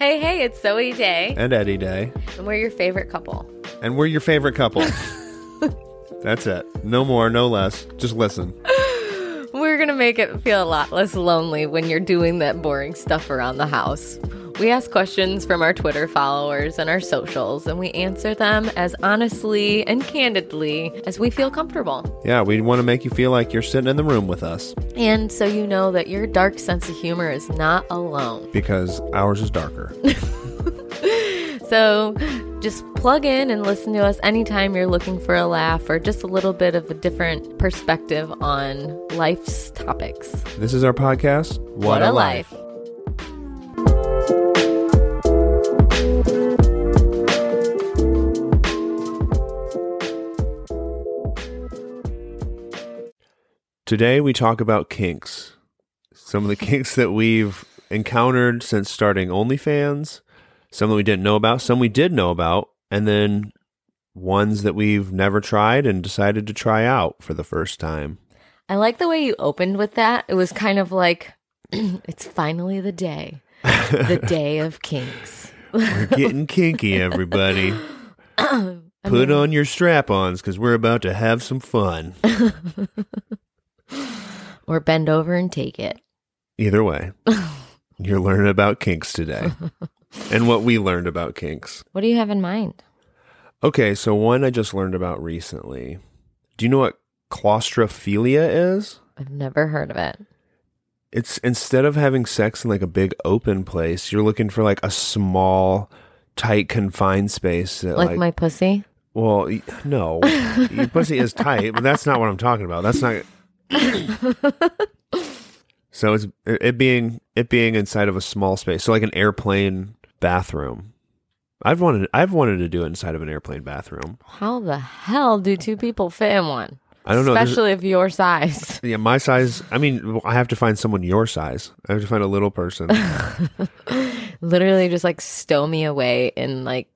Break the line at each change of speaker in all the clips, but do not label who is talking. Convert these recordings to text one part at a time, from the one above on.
It's Zoe Day,
and Eddie Day,
and we're your favorite couple.
and we're your favorite couple. That's it. No more, no less. Just listen.
We're going to make it feel a lot less lonely when you're doing that boring stuff around the house. We ask questions from our Twitter followers and our socials, and we answer them as honestly and candidly as we feel comfortable.
Yeah, we want to make you feel like you're sitting in the room with us
And so you know that your dark sense of humor is not alone.
because ours is darker.
So just plug in and listen to us anytime you're looking for a laugh or just a little bit of a different perspective on life's topics.
This is our podcast. What, Today we talk about kinks. Some of the kinks that we've encountered since starting OnlyFans, some that we didn't know about, some we did know about, and then ones that we've never tried and decided to try out for the first time.
I like the way you opened with that. It was kind of like, it's finally the day, the day of kinks.
We're getting kinky, everybody. Put on your strap ons because we're about to have some fun.
Or bend over and take it.
Either way, you're learning about kinks today and what we learned about kinks.
What do you have in mind?
Okay, so one I just learned about recently. Do you know what claustrophilia is?
I've never heard of it.
It's instead of having sex in like a big open place, you're looking for like a small, tight, confined space. That,
Like, my pussy?
well, y- no, your pussy is tight, but that's not what I'm talking about. That's not. so it's it being it being inside of a small space, so like an airplane bathroom. I've wanted I've wanted to do it inside of an airplane bathroom.
How the hell do two people fit in one?
I don't know. there's-
Especially if your size.
Yeah, my size. I mean, I have to find someone your size. I have to find a little person.
Literally just like stow me away in like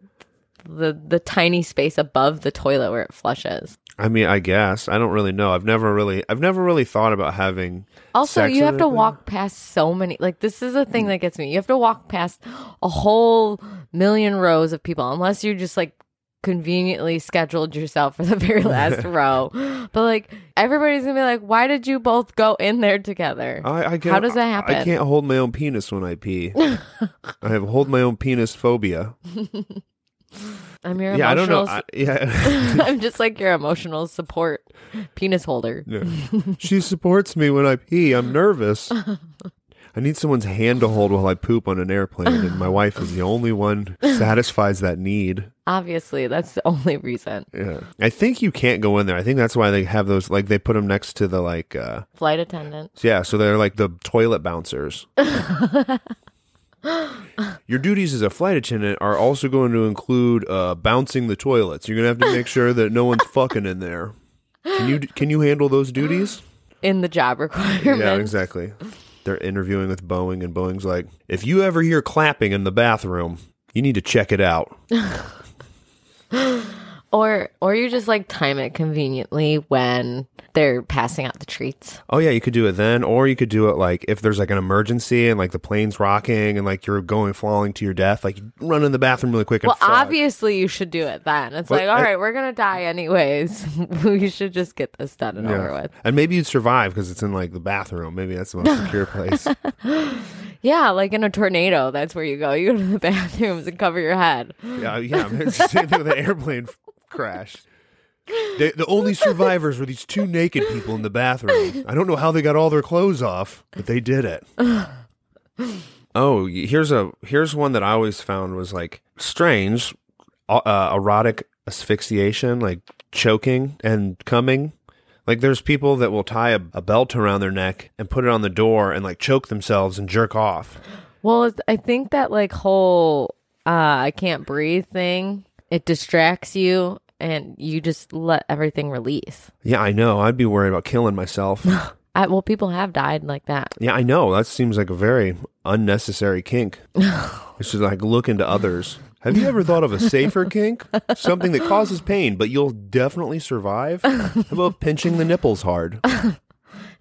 the the tiny space above the toilet where it flushes.
I mean, I guess I don't really know. I've never really, I've never really thought about having.
Also,
sex
you
in
have
an
to
airplane.
walk past so many. Like, this is a thing that gets me. You have to walk past a whole million rows of people, unless you're just like conveniently scheduled yourself for the very last row. But like, everybody's gonna be like, why did you both go in there together?
I, I can't,
How does that happen?
I can't hold my own penis when I pee. I have hold my own penis phobia.
I'm your
Yeah, I don't know.
emotional.
I, yeah,
I, am just like your emotional support penis holder.
Yeah. she supports me when I pee. I'm nervous. I need someone's hand to hold while I poop on an airplane, and my wife is the only one who satisfies that need.
Obviously, that's the only reason.
Yeah. I think you can't go in there. I think that's why they have those like they put them next to the like uh
Flight attendant.
yeah, so they're like the toilet bouncers. Your duties as a flight attendant are also going to include uh bouncing the toilets. You're going to have to make sure that no one's fucking in there. Can you can you handle those duties?
In the job requirements.
Yeah, exactly. They're interviewing with Boeing and Boeing's like, "If you ever hear clapping in the bathroom, you need to check it out."
Or or you just like time it conveniently when they're passing out the treats.
Oh yeah, you could do it then, or you could do it like if there's like an emergency and like the plane's rocking and like you're going falling to your death, like you run in the bathroom really quick.
Well,
and frog.
obviously you should do it then. It's
Well,
like, all
I-
right, we're gonna die anyways. we should just get this done and over with.
and maybe you'd survive because it's in like the bathroom. Maybe that's the most secure place.
Yeah, like in a tornado, that's where you go. You go to the bathrooms and cover your head.
Yeah, yeah. It's the same thing with an airplane f- crash. They, the only survivors were these two naked people in the bathroom. I don't know how they got all their clothes off, but they did it. Oh, y- here's a here's one that I always found was like strange, uh, uh, erotic asphyxiation, like choking and coming. Like there's people that will tie a, a belt around their neck and put it on the door and like choke themselves and jerk off.
Well, it's, I think that like whole uh, I can't breathe thing it distracts you and you just let everything release.
Yeah, I know. I'd be worried about killing myself.
I, well, people have died like that.
Yeah, I know. That seems like a very unnecessary kink. it's just like look into others. Have you ever thought of a safer kink? Something that causes pain, but you'll definitely survive? How about pinching the nipples hard?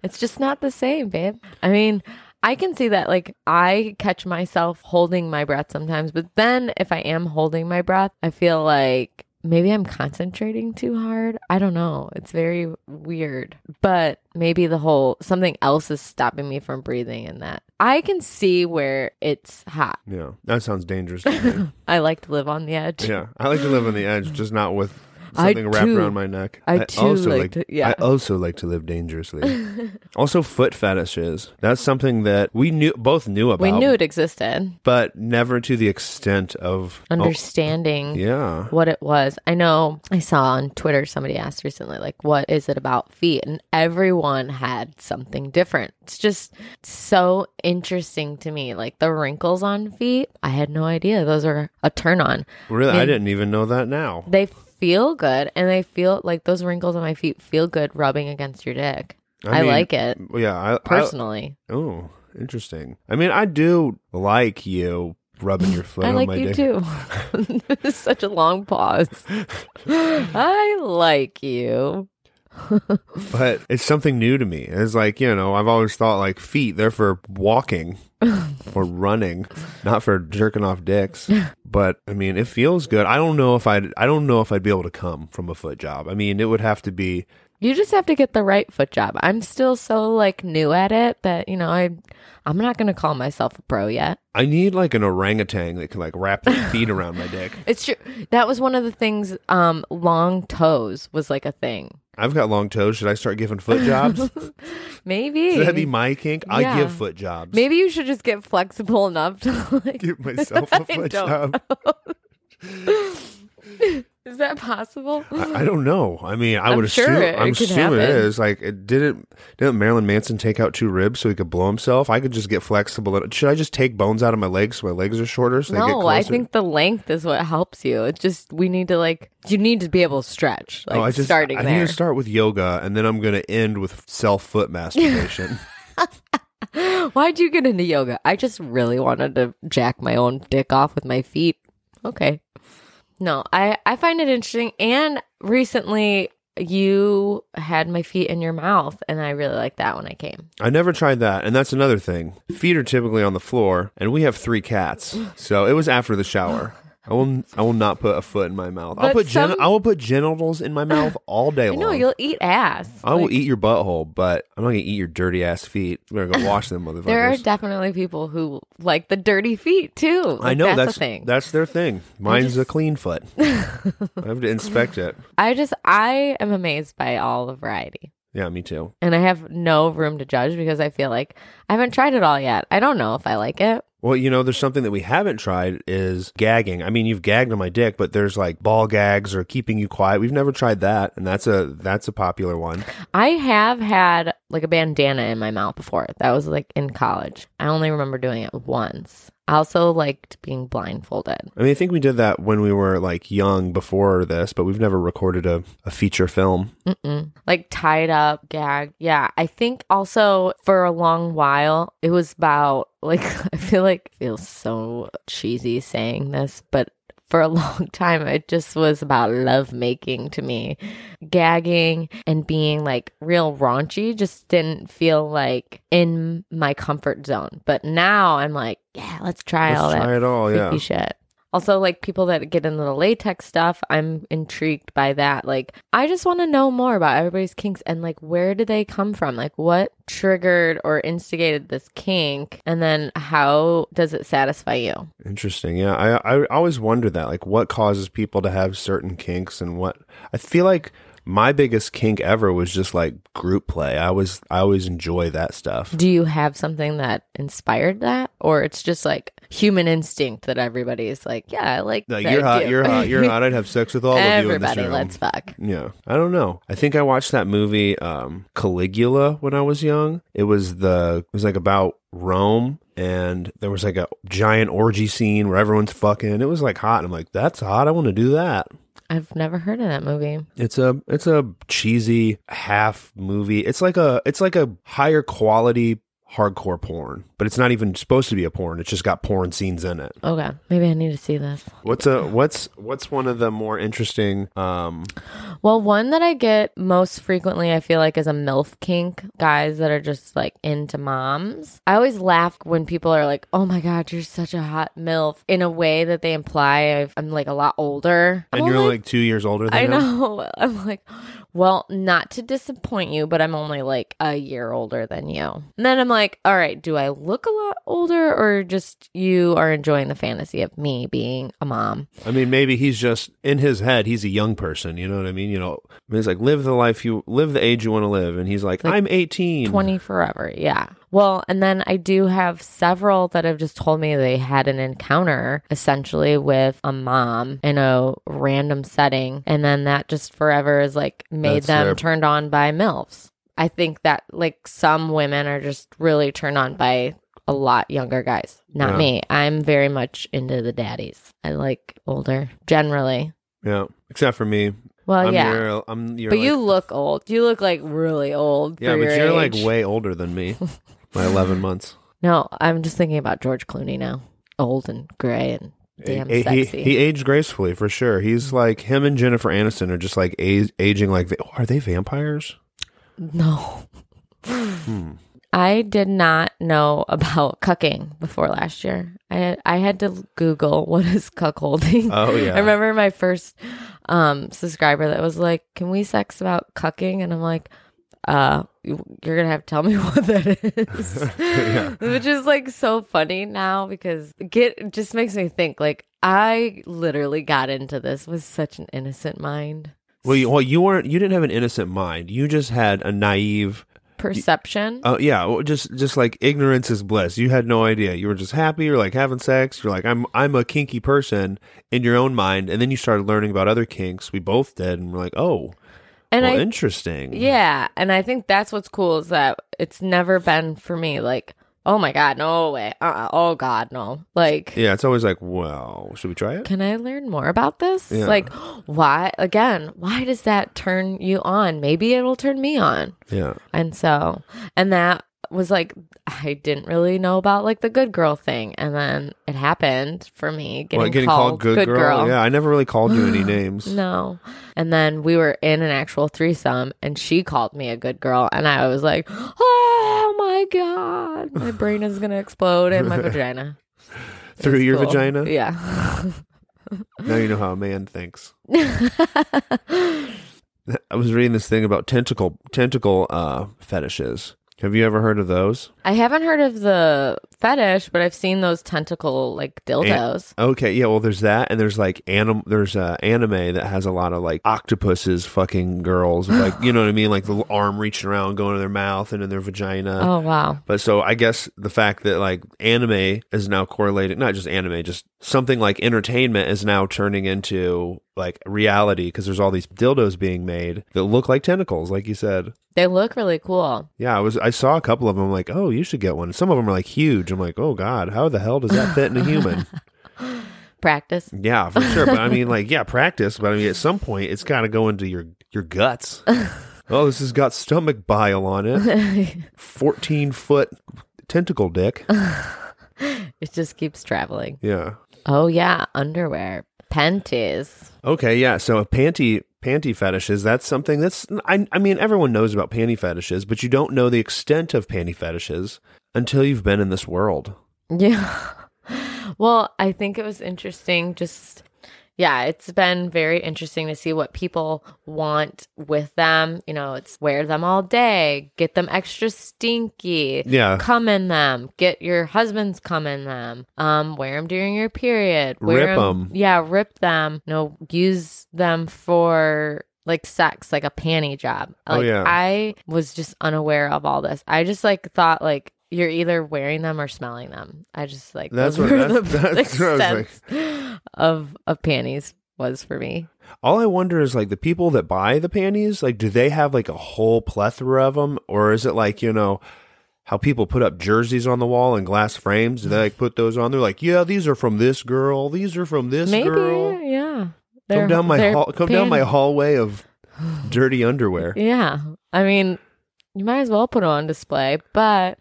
It's just not the same, babe. I mean, I can see that like I catch myself holding my breath sometimes, but then if I am holding my breath, I feel like maybe I'm concentrating too hard. I don't know. It's very weird. But maybe the whole something else is stopping me from breathing in that. I can see where it's hot.
Yeah, that sounds dangerous. To me.
I like to live on the edge.
yeah, I like to live on the edge, just not with
I
something wrapped
too-
around my neck.
I too like to- yeah.
I also like to live dangerously. also, foot fetishes. That's something that we knew both knew about.
We knew it existed.
but never to the extent of oh,
Understanding
yeah.
what it was. I know I saw on Twitter somebody asked recently, like, what is it about feet? And everyone had something different. It's just so interesting to me. Like the wrinkles on feet, I had no idea. Those are a turn on.
Really, I
mean-
didn't even know that now.
They feel good and they feel like those wrinkles on my feet feel good rubbing against your dick. I,
mean,
like it
Yeah, I, I-
personally.
oh, interesting. I mean, I do like you rubbing your foot
I
on
like
my
you
dick.
too. It's Such a long pause. I like you.
but it's something new to me. It's like, you know, I've always thought like feet, they're for walking or running, not for jerking off dicks. But I mean, it feels good. I don't know if I'd I don't know if I'd be able to come from a foot job. I mean, it would have to be
You just have to get the right foot job. I'm still so like new at it that you know I I'm not gonna call myself a pro yet.
I need like an orangutan that can like wrap their feet around my dick.
It's true. That was one of the things. Um, long toes was like a thing.
I've got long toes. Should I start giving foot jobs?
Maybe
Should that be my kink? I
Yeah.
give foot jobs.
maybe you should just get flexible enough to like.
give myself a
I
foot
don't
job.
Is that possible?
I, I don't know. I mean, I would
sure
assume.
it
I'm
could
assuming it
happen.
is. Like, it didn't didn't Marilyn Manson take out two ribs so he could blow himself? I could just get flexible. Should I just take bones out of my legs so my legs are shorter? So they get
no, I
closer?
think the length is what helps you. It's just we need to like you need to be able to stretch. Like
Oh, I just
starting
I
there.
need to start with yoga, and then I'm going to end with self foot masturbation.
Why'd you get into yoga? I just really wanted to jack my own dick off with my feet. Okay. No, I, I find it interesting. And recently, you had my feet in your mouth, and I really liked that when I came.
I never tried that, and that's another thing. Feet are typically on the floor, and we have three cats, so it was after the shower. I will. I will not put a foot in my mouth. I'll
But
put. Gen-
some-
I will put genitals in my mouth all day
I
long.
know you'll eat ass.
I will
Like,
eat your butthole, but I'm not gonna eat your dirty ass feet. I'm gonna go wash them, motherfuckers.
There are definitely people who like the dirty feet too.
I
Like,
know that's
a thing.
that's their thing. Mine's a clean foot. I have to inspect it.
I just I am amazed by all the variety.
Yeah, me too.
And I have no room to judge because I feel like I haven't tried it all yet. I don't know if I like it.
Well, you know, there's something that we haven't tried is gagging. I mean, you've gagged on my dick, but there's like ball gags or keeping you quiet. We've never tried that, and that's a that's a popular one.
I have had like a bandana in my mouth before. That was like in college. I only remember doing it once. I also liked being blindfolded.
I mean, I think we did that when we were like young before this, but we've never recorded a, a feature film.
Mm-mm. Like tied up, gagged. Yeah. I think also for a long while, it was about like, I feel like it feels so cheesy saying this, but for a long time, it just was about love making to me. Gagging and being like real raunchy just didn't feel like in my comfort zone. But now I'm like, yeah, let's try all
Let's
that
try it all,
freaky
Oh, yeah.
shit. Also, like people that get into the latex stuff, I'm intrigued by that. Like, I just want to know more about everybody's kinks and like where do they come from? Like, what triggered or instigated this kink? And then how does it satisfy you?
Interesting. Yeah. I I always wonder that like what causes people to have certain kinks and what I feel like my biggest kink ever was just like group play. I always I always enjoy that stuff.
Do you have something that inspired that, or it's just like human instinct that everybody's like, yeah, I like
Like
that
you're hot,
dude."
you're hot, you're hot. I'd have sex with all of you in this
Everybody,
room.
let's fuck.
Yeah. I don't know. I think I watched that movie um Caligula when I was young. It was the it was like about Rome and there was like a giant orgy scene where everyone's fucking. It was like hot. And I'm like, that's hot. I want to do that.
I've never heard of that movie.
It's a it's a cheesy half movie. It's like a it's like a higher quality hardcore porn, but it's not even supposed to be a porn. It's just got porn scenes in it.
Okay, maybe I need to see this.
What's a what's what's one of the more interesting? Um,
Well, one that I get most frequently, I feel like, is a MILF kink. Guys that are just like into moms. I always laugh when people are like, oh my God, you're such a hot MILF in a way that they imply I've, I'm like a lot older. I'm
and you're
only-
like two years older than
I
him.
know. I'm like, well, not to disappoint you, but I'm only like a year older than you. And then I'm like, all right, do I look a lot older or just you are enjoying the fantasy of me being a mom?
I mean, maybe he's just in his head. He's a young person. You know what I mean? You know, I mean, it's like live the life you live the age you want to live, and he's like,
Like
I'm 18.
20 forever. Yeah. Well, and then I do have several that have just told me they had an encounter essentially with a mom in a random setting. And then that just forever is like made
That's
them
their-
turned on by MILFs. I think that like some women are just really turned on by a lot younger guys. Not
Yeah.
me. I'm very much into the daddies. I like older generally.
Yeah, except for me.
Well,
I'm
Oh, yeah.
Your, I'm your.
but
like-
you look old. You look like really old.
Yeah,
for
but
your
you're like
age.
way older than me. by 11 months.
No, I'm just thinking about George Clooney now. Old and gray and damn
he, he-
sexy.
He, aged gracefully for sure. He's like him and Jennifer Aniston are just like a- aging like va- are they vampires?
no.
Hmm.
I did not know about cucking before last year. I had, I had to Google what is cuckolding.
Oh yeah.
I remember my first um, subscriber that was like, "Can we sex about cucking?" And I'm like, "Uh, you- you're gonna have to tell me what that is," which is like so funny now because get just makes me think like I literally got into this with such an innocent mind
Well, you, well, you weren't. You didn't have an innocent mind. You just had a naive.
perception.
Oh yeah, well, just just like ignorance is bliss. You had no idea. You were just happy. You're like having sex. You're like I'm I'm a kinky person in your own mind, and then you started learning about other kinks. We both did, and we're like, oh,
and
well,
I
interesting.
Yeah, and I think that's what's cool is that it's never been for me like, "Oh my god, no way. Uh-uh, oh god, no." Like
yeah. It's always like, well, should we try it?
can I learn more about this?
Yeah.
Like, why, again, why does that turn you on? Maybe it'll turn me on.
Yeah.
And so, and that was like, I didn't really know about like the good girl thing. And then it happened for me getting,
Well,
called, good, girl.
Yeah, I never really called you any names.
No. And then we were in an actual threesome and she called me a good girl. And I was like, oh my God, my brain is going to explode in my vagina. It
Through
was
your
cool.
vagina?
Yeah.
Now you know how a man thinks. I was reading this thing about tentacle tentacle uh, fetishes. Have you ever heard of those?
I haven't heard of the fetish, but I've seen those tentacle like dildos.
Okay, yeah. Well, there's that, and there's like anim. There's uh, anime that has a lot of like octopuses fucking girls, with, like you know what I mean, like the arm reaching around, going to their mouth and in their vagina.
oh wow.
But so I guess the fact that like anime is now correlated, not just anime, just something like entertainment is now turning into like reality because there's all these dildos being made that look like tentacles, like you said.
They look really cool.
Yeah, I was I saw a couple of them. like, oh, you should get one. Some of them are like huge. I'm like, oh god, how the hell does that fit in a human?
Practice.
yeah, for sure. But I mean, like, yeah, practice. But I mean, at some point, it's got to go into your your guts. oh, this has got stomach bile on it.
it
14 foot tentacle dick.
just keeps traveling.
Yeah.
Oh yeah, underwear. Panties.
Okay, yeah. So a panty panty fetishes, that's something that's I I mean everyone knows about panty fetishes, but you don't know the extent of panty fetishes until you've been in this world.
Yeah. Well, I think it was interesting just yeah, it's been very interesting to see what people want with them. You know, it's wear them all day, get them extra stinky.
Yeah.
Come in them. Get your husband's come in them. Um, wear them during your period. Wear
Rip 'em.
Yeah, rip them. You know, use them for like sex, like a panty job.
Oh,
Like
yeah.
I was just unaware of all this. I just like thought like you're either wearing them or smelling them. I just like
That's
that's
what-
what were
that's-
the
that's what I was like-
extents of of panties was for me.
All I wonder is like the people that buy the panties, like do they have like a whole plethora of them or is it like, you know, how people put up jerseys on the wall and glass frames, do they like put those on? They're like, "Yeah, these are from this girl. These are from this
Maybe
girl."
yeah.
Come
They're-
down my
they're
hall, come down my
panties.
hallway of dirty underwear.
Yeah. I mean, you might as well put it on display, but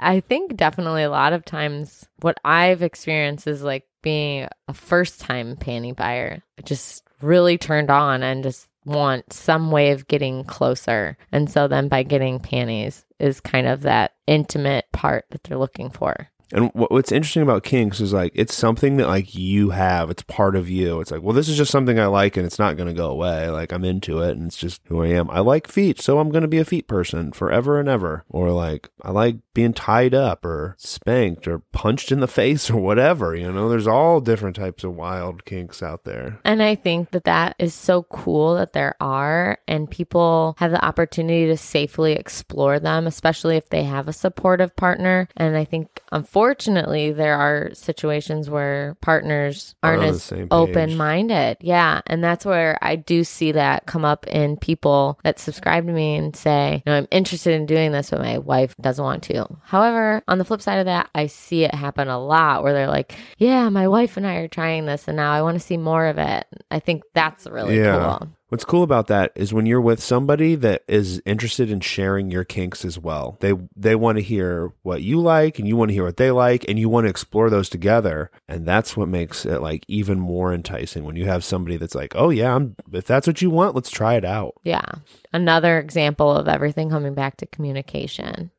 I think definitely a lot of times what I've experienced is like being a first time panty buyer, just really turned on and just want some way of getting closer. And so then by getting panties is kind of that intimate part that they're looking for.
And what, what's interesting about kinks is like it's something that like you have. It's part of you. It's like, well, this is just something I like, and it's not going to go away. Like I'm into it, and it's just who I am. I like feet, so I'm going to be a feet person forever and ever. Or like I like being tied up, or spanked, or punched in the face, or whatever. You know, there's all different types of wild kinks out there.
And I think that that is so cool that there are, and people have the opportunity to safely explore them, especially if they have a supportive partner. And I think, unfortunately, there are situations where partners
Aren't
aren't
on the
as
same page.
open minded. Yeah. And that's where I do see that come up in people that subscribe to me and say, you know, I'm interested in doing this, but my wife doesn't want to. However, on the flip side of that, I see it happen a lot where they're like, yeah, my wife and I are trying this and now I want to see more of it. I think that's really
Yeah.
cool.
What's cool about that is when you're with somebody that is interested in sharing your kinks as well. They they want to hear what you like and you want to hear what they like and you want to explore those together. And that's what makes it like even more enticing when you have somebody that's like, "Oh yeah, I'm if that's what you want, let's try it out."
Yeah. Another example of everything coming back to communication.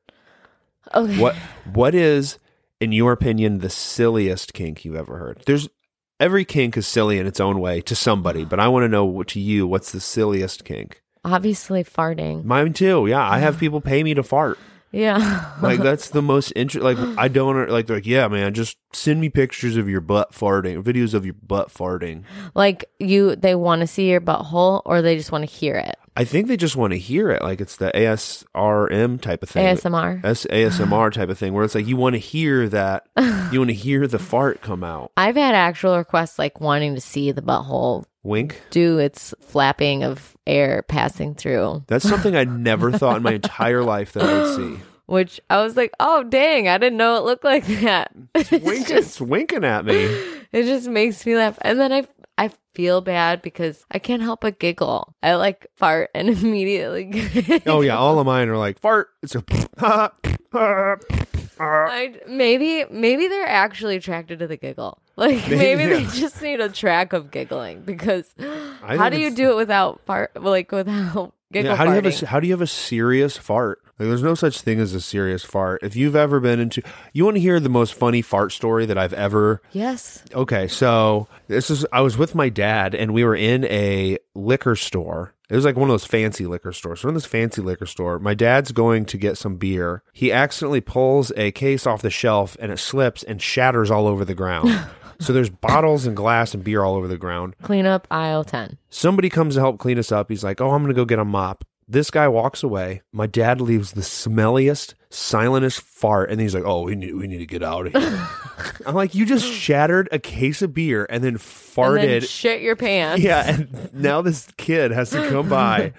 Okay.
What what is in your opinion the silliest kink you've ever heard? There's every kink is silly in its own way to somebody, but I want to know what to you, what's the silliest kink?
Obviously, farting.
Mine too. Yeah, I have people pay me to fart.
Yeah.
like that's the most interesting. Like I don't like they're like yeah, man. Just send me pictures of your butt farting, videos of your butt farting.
like you, they want to see your butthole or they just want to hear it.
I think they just want to hear it. Like it's the ASRM type of thing,
ASMR.
S- ASMR type of thing, where it's like you want to hear that, you want to hear the fart come out.
I've had actual requests like wanting to see the butthole
Wink.
do its flapping of air passing through,
That's something I never thought in my entire life that I would see.
which I was like, oh, dang, I didn't know it looked like that.
Wink,
it,
it's
just,
winking at me.
it just makes me laugh. And then I, I feel bad because I can't help but giggle. I like fart and immediately.
Oh yeah, all of mine are like fart. It's a
I, maybe maybe they're actually attracted to the giggle. Like
Maybe,
maybe, they
yeah.
just need a track of giggling because how
think
do you
it's-
do it without fart? Like without giggle
how do you
farting?
have a how do you have a serious fart? Like, there's no such thing as a serious fart. If you've ever been into, you want to hear the most funny fart story that I've ever.
yes.
Okay, so this is I was with my dad and we were in a liquor store. It was like one of those fancy liquor stores. We're in this fancy liquor store. My dad's going to get some beer. He accidentally pulls a case off the shelf and it slips and shatters all over the ground. so there's bottles and glass and beer all over the ground.
Clean up aisle 10.
Somebody comes to help clean us up. He's like, Oh, I'm going to go get a mop. This guy walks away. My dad leaves the smelliest, silentest fart. And he's like, Oh, we need, we need to get out of here. I'm like, You just shattered a case of beer and then
And then
farted.
shit your pants.
yeah. And now this kid has to come by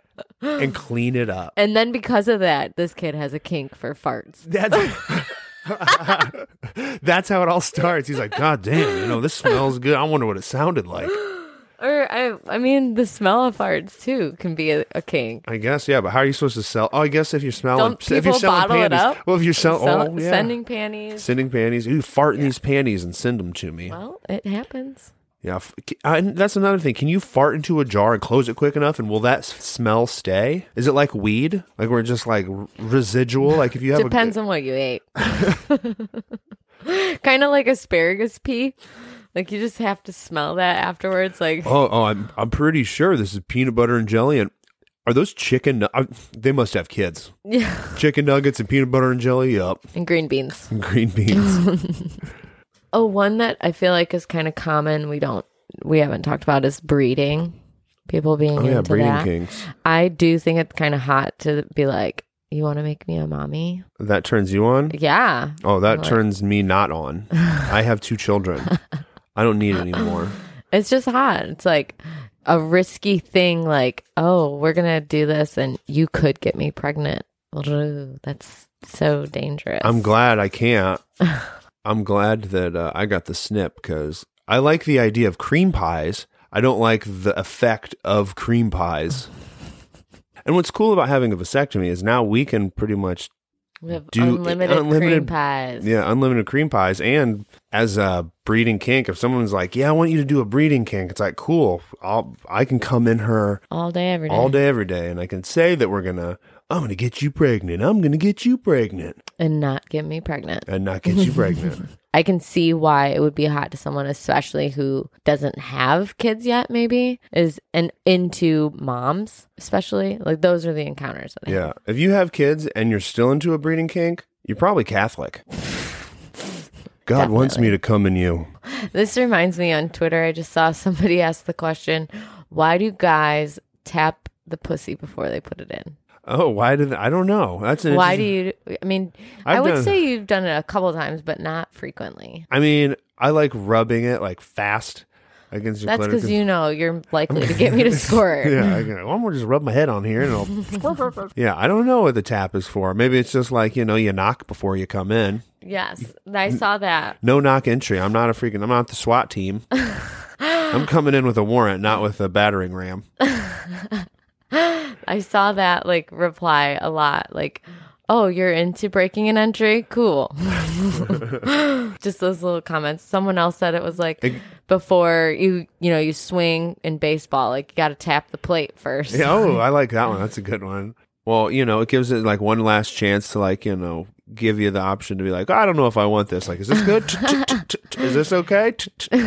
and clean it up.
And then because of that, this kid has a kink for farts.
That's. That's how it all starts. He's like, God damn, you know, this smells good. I wonder what it sounded like.
Or I I mean the smell of farts too can be a, a kink.
I guess, yeah, but how are you supposed to sell? Oh, I guess if you're smelling,
Don't
if you're
people
selling
bottle it
panties.
up?
Well, if you're selling,
Sell-
oh, yeah.
Sending panties.
sending panties. Ooh, fart in these panties and send them to me.
Well, it happens.
Yeah, f- c- I- and that's another thing. Can you fart into a jar and close it quick enough, and will that s- smell stay? Is it like weed? Like we're just like r- residual? Like if you have
Depends
a,
on what you ate. kind of like asparagus pea. Like you just have to smell that afterwards. Like
oh, oh, I'm I'm pretty sure this is peanut butter and jelly. And are those chicken? nu- I- they must have kids.
yeah.
Chicken nuggets and peanut butter and jelly. Yep,
and green beans.
and green beans.
Oh, one that I feel like is kind of common. We don't we haven't talked about is breeding. People being
oh yeah,
into
breeding
that.
kings.
I do think it's kind of hot to be like, you want to make me a mommy?
That turns you on.
Yeah.
Oh, that
Like-
turns me not on. I have two children. I don't need any more.
It's just hot. It's like a risky thing, like, oh, we're going to do this and you could get me pregnant. Ooh, that's so dangerous.
I'm glad I can't. I'm glad that uh, I got the snip because I like the idea of cream pies. I don't like the effect of cream pies. And what's cool about having a vasectomy is now we can pretty much
We have
Do-
unlimited, cream
unlimited-
pies.
Yeah, unlimited cream pies. And as a breeding kink, if someone's like, "Yeah, I want you to do a breeding kink," it's like, "Cool, I'll I can come in her
All day, every day.
all day, every day, and I can say that we're gonna, I'm gonna get you pregnant, I'm gonna get you pregnant,
And not get me pregnant.
and not get you pregnant."
I can see why it would be hot to someone, especially who doesn't have kids yet, maybe, is and into moms, especially. Like those are the encounters. That I
Yeah, if you have kids and you're still into a breeding kink, you're probably Catholic. God wants me to come in you.
This reminds me on Twitter, I just saw somebody ask the question, why do guys tap the pussy before they put it in?
Oh, why did I don't know? That's an
Why
interesting-
do you I mean, i
I've
would
done-
say you've done it a couple times, but not frequently.
I mean, I like rubbing it like fast against your
That's
clitoris.
because you know you're likely to get me to squirt.
yeah, I can, well, I'm gonna just rub my head on here and I'll. yeah, I don't know what the tap is for. Maybe it's just like you know, you knock before you come in.
Yes. I saw that.
No knock entry. I'm not a freaking. I'm not the SWAT team. I'm coming in with a warrant, not with a battering ram.
I saw that like reply a lot. Like, oh, you're into breaking an entry? Cool. Just those little comments. Someone else said it was like before you, you know, you swing in baseball, like you got to tap the plate first.
Yeah, oh, I like that one. That's a good one. Well, you know, it gives it like one last chance to like you know give you the option to be like, I don't know if I want this. Like, is this good? Is this okay?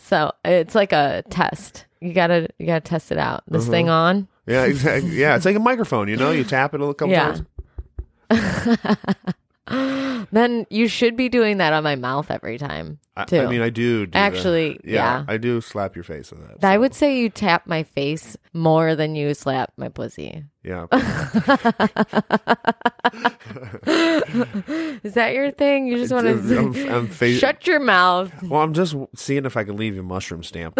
So it's like a test. You gotta, you gotta test it out. This thing on.
Yeah, exactly. Yeah, it's like a microphone. You know, you tap it a couple
Yeah.
times.
Then you should be doing that on my mouth every time
I,
too.
I mean, I do, do that.
Actually, yeah.
I do slap your face with that.
I would say you tap my face more than you slap my pussy.
Yeah,
Is that your thing? You just want
I'm,
to
I'm fa-
shut your mouth.
Well, I'm just seeing if I can leave your mushroom stamp.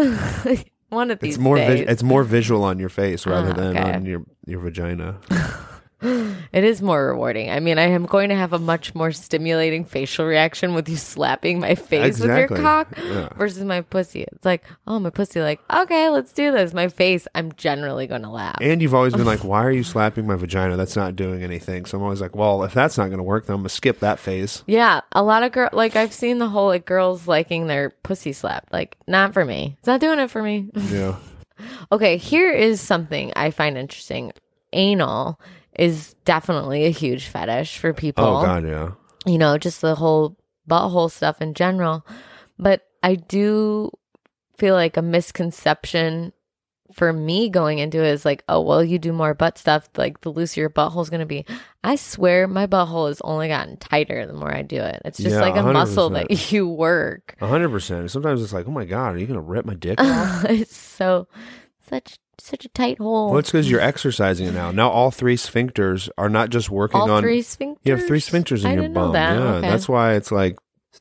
One of these
It's more
days.
vi- it's more visual on your face rather
Ah,
than
okay.
on your your vagina.
It is more rewarding. I mean, I am going to have a much more stimulating facial reaction with you slapping my face with
Exactly.
your cock
Yeah.
versus my pussy. It's like, oh, my pussy, like, okay, let's do this. My face, I'm generally going to laugh.
And you've always been like, "Why are you slapping my vagina? That's not doing anything." So I'm always like, "Well, if that's not going to work, then I'm gonna skip that phase."
yeah, a lot of girl, like I've seen the whole like girls liking their pussy slapped. Like, not for me. It's not doing it for me.
Yeah,
Okay, here is something I find interesting. Anal is definitely a huge fetish for people.
Oh god, yeah.
You know, just the whole butthole stuff in general. But I do feel like a misconception for me going into it is like, oh, well, you do more butt stuff, like the looser your butthole's going to be. I swear my butthole has only gotten tighter the more I do it. It's just
Yeah,
like a muscle
100%.
that you work.
A hundred percent. Sometimes it's like, "Oh my god, are you gonna rip my dick?" off?"
it's so, such, such a tight hole.
well, it's because you're exercising it now. Now all three sphincters are not just working
all
on
three sphincters.
You have three sphincters in
I
your
didn't know
bum.
that.
Yeah,
Okay.
that's why it's like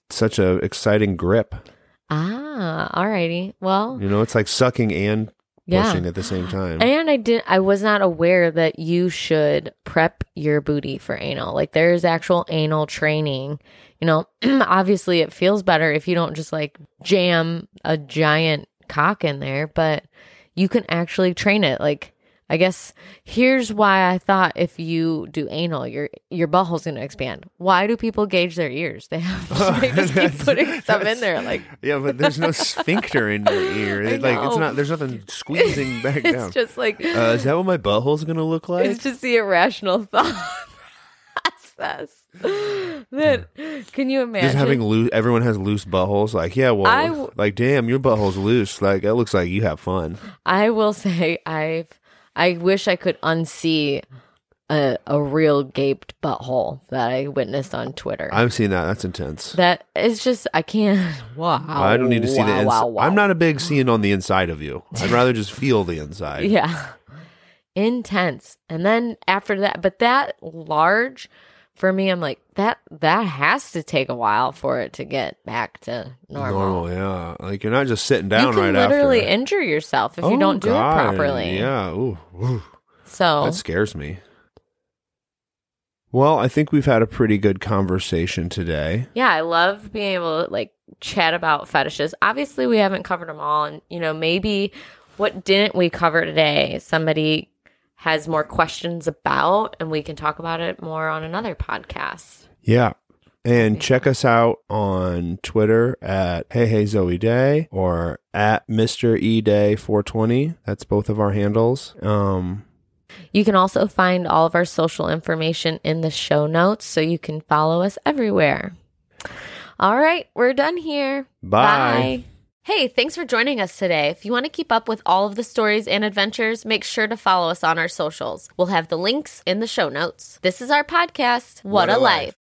such a exciting grip.
Ah, alrighty. Well,
You know, it's like sucking and
yeah.
pushing at the same time.
And I didn't. I was not aware that you should prep your booty for anal. Like there is actual anal training. You know, obviously it feels better if you don't just like jam a giant cock in there, but you can actually train it. Like I guess here's why I thought if you do anal, your your butthole's gonna expand. Why do people gauge their ears? They have they just keep
That's-
putting stuff in
that's-
there. Like
yeah, but there's no sphincter in your ear.
I
It- like it's
know.
not. There's nothing squeezing back
it's
down.
just like
uh, is that what my butthole's gonna look like?
it's just the irrational thought process that can you imagine
just having loose. Everyone has loose buttholes. Like, yeah, well,
I w-
like, damn, your butthole's loose. Like, it looks like you have fun.
i will say i've i wish i could unsee a, a real gaped butthole that i witnessed on twitter
I've seen that. That's intense.
that is just i can't wow
I don't need to see the
wow,
inside.
wow, wow.
I'm not a big seeing on the inside of you. I'd rather just feel the inside.
yeah intense and then after that but that large for me i'm like that that has to take a while for it to get back to
normal. yeah. Like you're not just sitting down
you can
right
literally
after.
injure yourself if
Oh,
you don't do
God,
it properly.
Yeah. Ooh, ooh.
So
That scares me. Well, I think we've had a pretty good conversation today.
yeah, I love being able to like chat about fetishes. Obviously, we haven't covered them all, and you know maybe what didn't we cover today? Somebody has more questions about, and we can talk about it more on another podcast.
Yeah. And check us out on Twitter at Hey Hey Zoe Day or at Mr. E Day 420. That's both of our handles. Um,
You can also find all of our social information in the show notes so you can follow us everywhere. All right, we're done here.
Bye.
Hey, thanks for joining us today. If you want to keep up with all of the stories and adventures, make sure to follow us on our socials. We'll have the links in the show notes. This is our podcast, What, a Life.